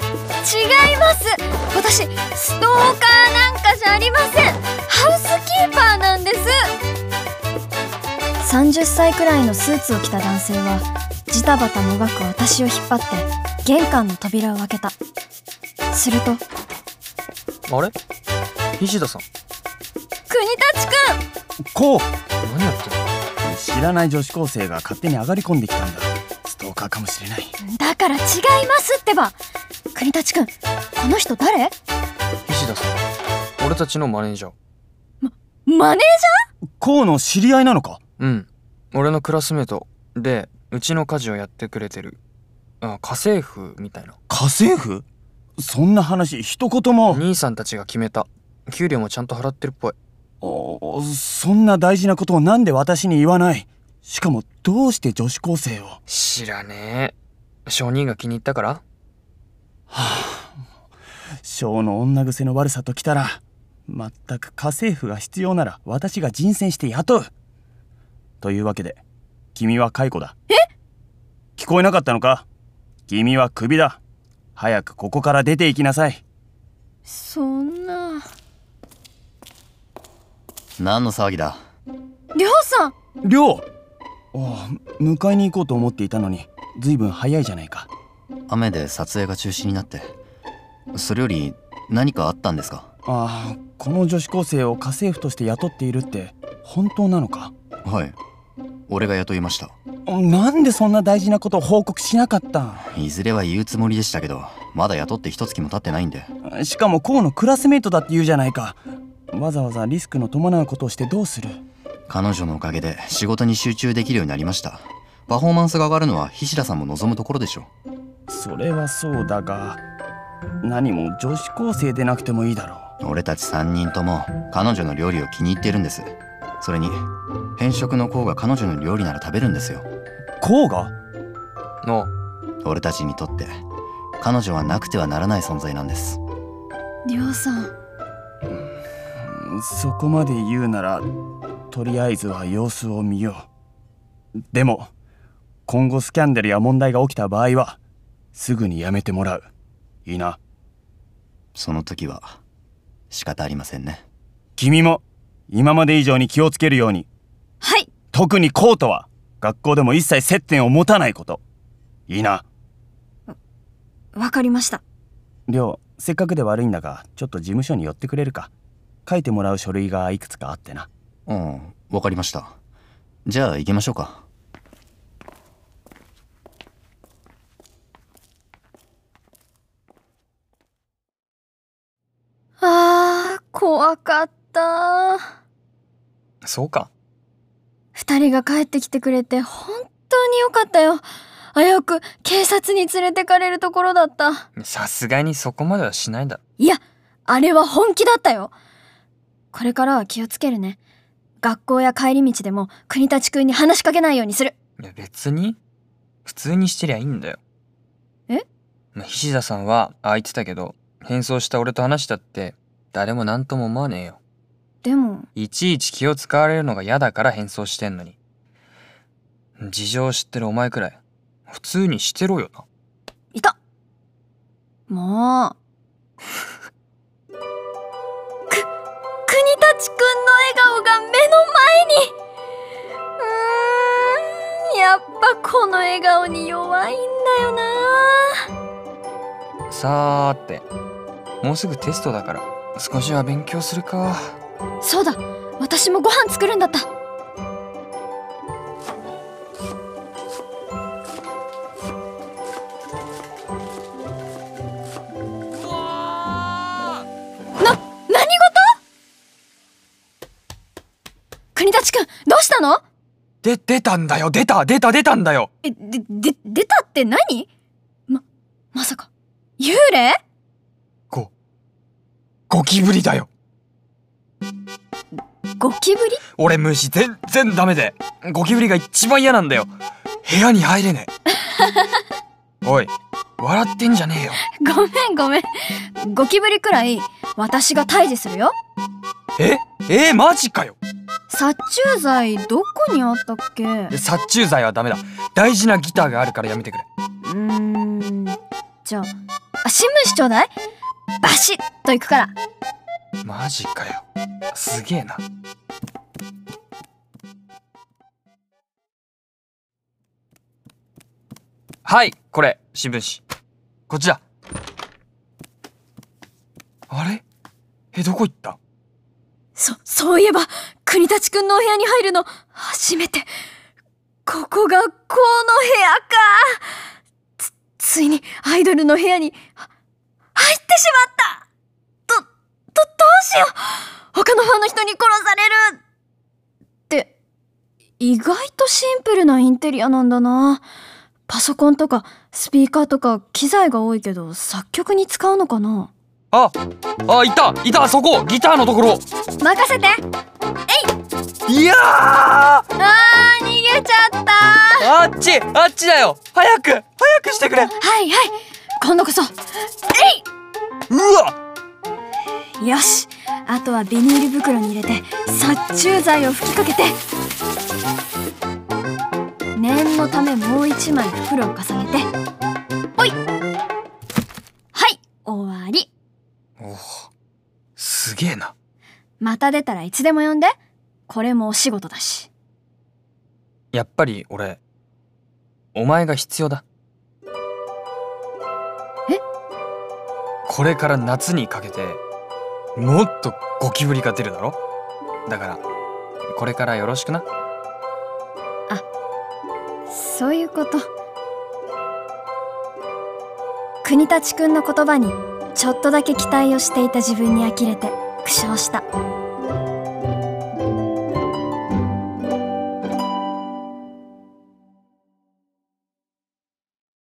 違います私ストーカーなんかじゃありませんハウスキーパーなんです30歳くらいのスーツを着た男性はジタバタもがく私を引っ張って玄関の扉を開けたするとあれ西田さん国立くんこう何やってんの知らない女子高生が勝手に上がり込んできたんだストーカーかもしれないだから違いますってば国立くんこの人誰西田さん俺たちのマネージャーマネージこうの知り合いなのかうん俺のクラスメートでうちの家事をやってくれてるあ家政婦みたいな家政婦そんな話一言も兄さんたちが決めた給料もちゃんと払ってるっぽいおそんな大事なことをなんで私に言わないしかもどうして女子高生を知らねえ証人が気に入ったから小の女癖の悪さときたら全く家政婦が必要なら私が人選して雇うというわけで君は解雇だえ聞こえなかったのか君はクビだ早くここから出て行きなさいそんな何の騒ぎだりょうさん亮ああ迎えに行こうと思っていたのに随分早いじゃないか雨で撮影が中止になってそれより何かあったんですかああこの女子高生を家政婦として雇っているって本当なのかはい俺が雇いましたなんでそんな大事なことを報告しなかったいずれは言うつもりでしたけどまだ雇って一月も経ってないんでしかもコウのクラスメートだって言うじゃないかわざわざリスクの伴うことをしてどうする彼女のおかげで仕事に集中できるようになりましたパフォーマンスが上がるのは菱田さんも望むところでしょうそれはそうだが何も女子高生でなくてもいいだろ俺たち3人とも彼女の料理を気に入っているんですそれに偏食の子が彼女の料理なら食べるんですようコウがの俺たちにとって彼女はなくてはならない存在なんですりょうさんうんそこまで言うならとりあえずは様子を見ようでも今後スキャンダルや問題が起きた場合はすぐにやめてもらういいなその時は仕方ありませんね君も今まで以上に気をつけるようにはい特にコウとは学校でも一切接点を持たないこといいなわかりましたりょうせっかくで悪いんだがちょっと事務所に寄ってくれるか書いてもらう書類がいくつかあってなうんわかりましたじゃあ行きましょうかあー怖かったそうか二人が帰ってきてくれて本当によかったよ危うく警察に連れてかれるところだったさすがにそこまではしないだろいやあれは本気だったよこれからは気をつけるね学校や帰り道でも国立くんに話しかけないようにするいや別に普通にしてりゃいいんだよえまあ菱田さんはああ言ってたけど変装した俺と話したって誰も何とも思わねえよでもいちいち気を使われるのが嫌だから変装してんのに事情を知ってるお前くらい普通にしてろよないたもうく国立くんの笑顔が目の前にうーんやっぱこの笑顔に弱いんだよなさーってもうすぐテストだから少しは勉強するかそうだ私もご飯作るんだったな何事国立くんどうしたので出たんだよ出た出た出たんだよえでで出たって何ままさか幽霊ゴゴキブリだよゴキブリ俺虫全然ダメでゴキブリが一番嫌なんだよ部屋に入れねえおい笑ってんじゃねえよごめんごめんゴキブリくらい私が退治するよええー、マジかよ殺虫剤どこにあったっけうで殺虫剤はダメだ大事なギターがあるからやめてくれーんじゃああ新聞紙ちょうだいバシッと行くからマジかよすげえなはいこれ新聞紙こっちだあれえどこ行ったそそういえば国立くんのお部屋に入るの初めてここがこの部屋かつついにアイドルの部屋には入ってしまったどどどうしよう他のファンの人に殺されるって意外とシンプルなインテリアなんだなパソコンとかスピーカーとか機材が多いけど作曲に使うのかなああいたいたそこギターのところ任せていやーああー逃げちゃったっちあっちだよ早く早くしてくれうはいはい今度こそわよしあとはビニール袋に入れて殺虫剤を吹きかけて念のためもう一枚袋を重ねておいはい終わりおおすげえなまた出たらいつでも呼んでこれもお仕事だしやっぱり俺お前が必要だえこれから夏にかけてもっとゴキブリが出るだろだからこれからよろしくなそういうこと国立くんの言葉にちょっとだけ期待をしていた自分に呆れて苦笑した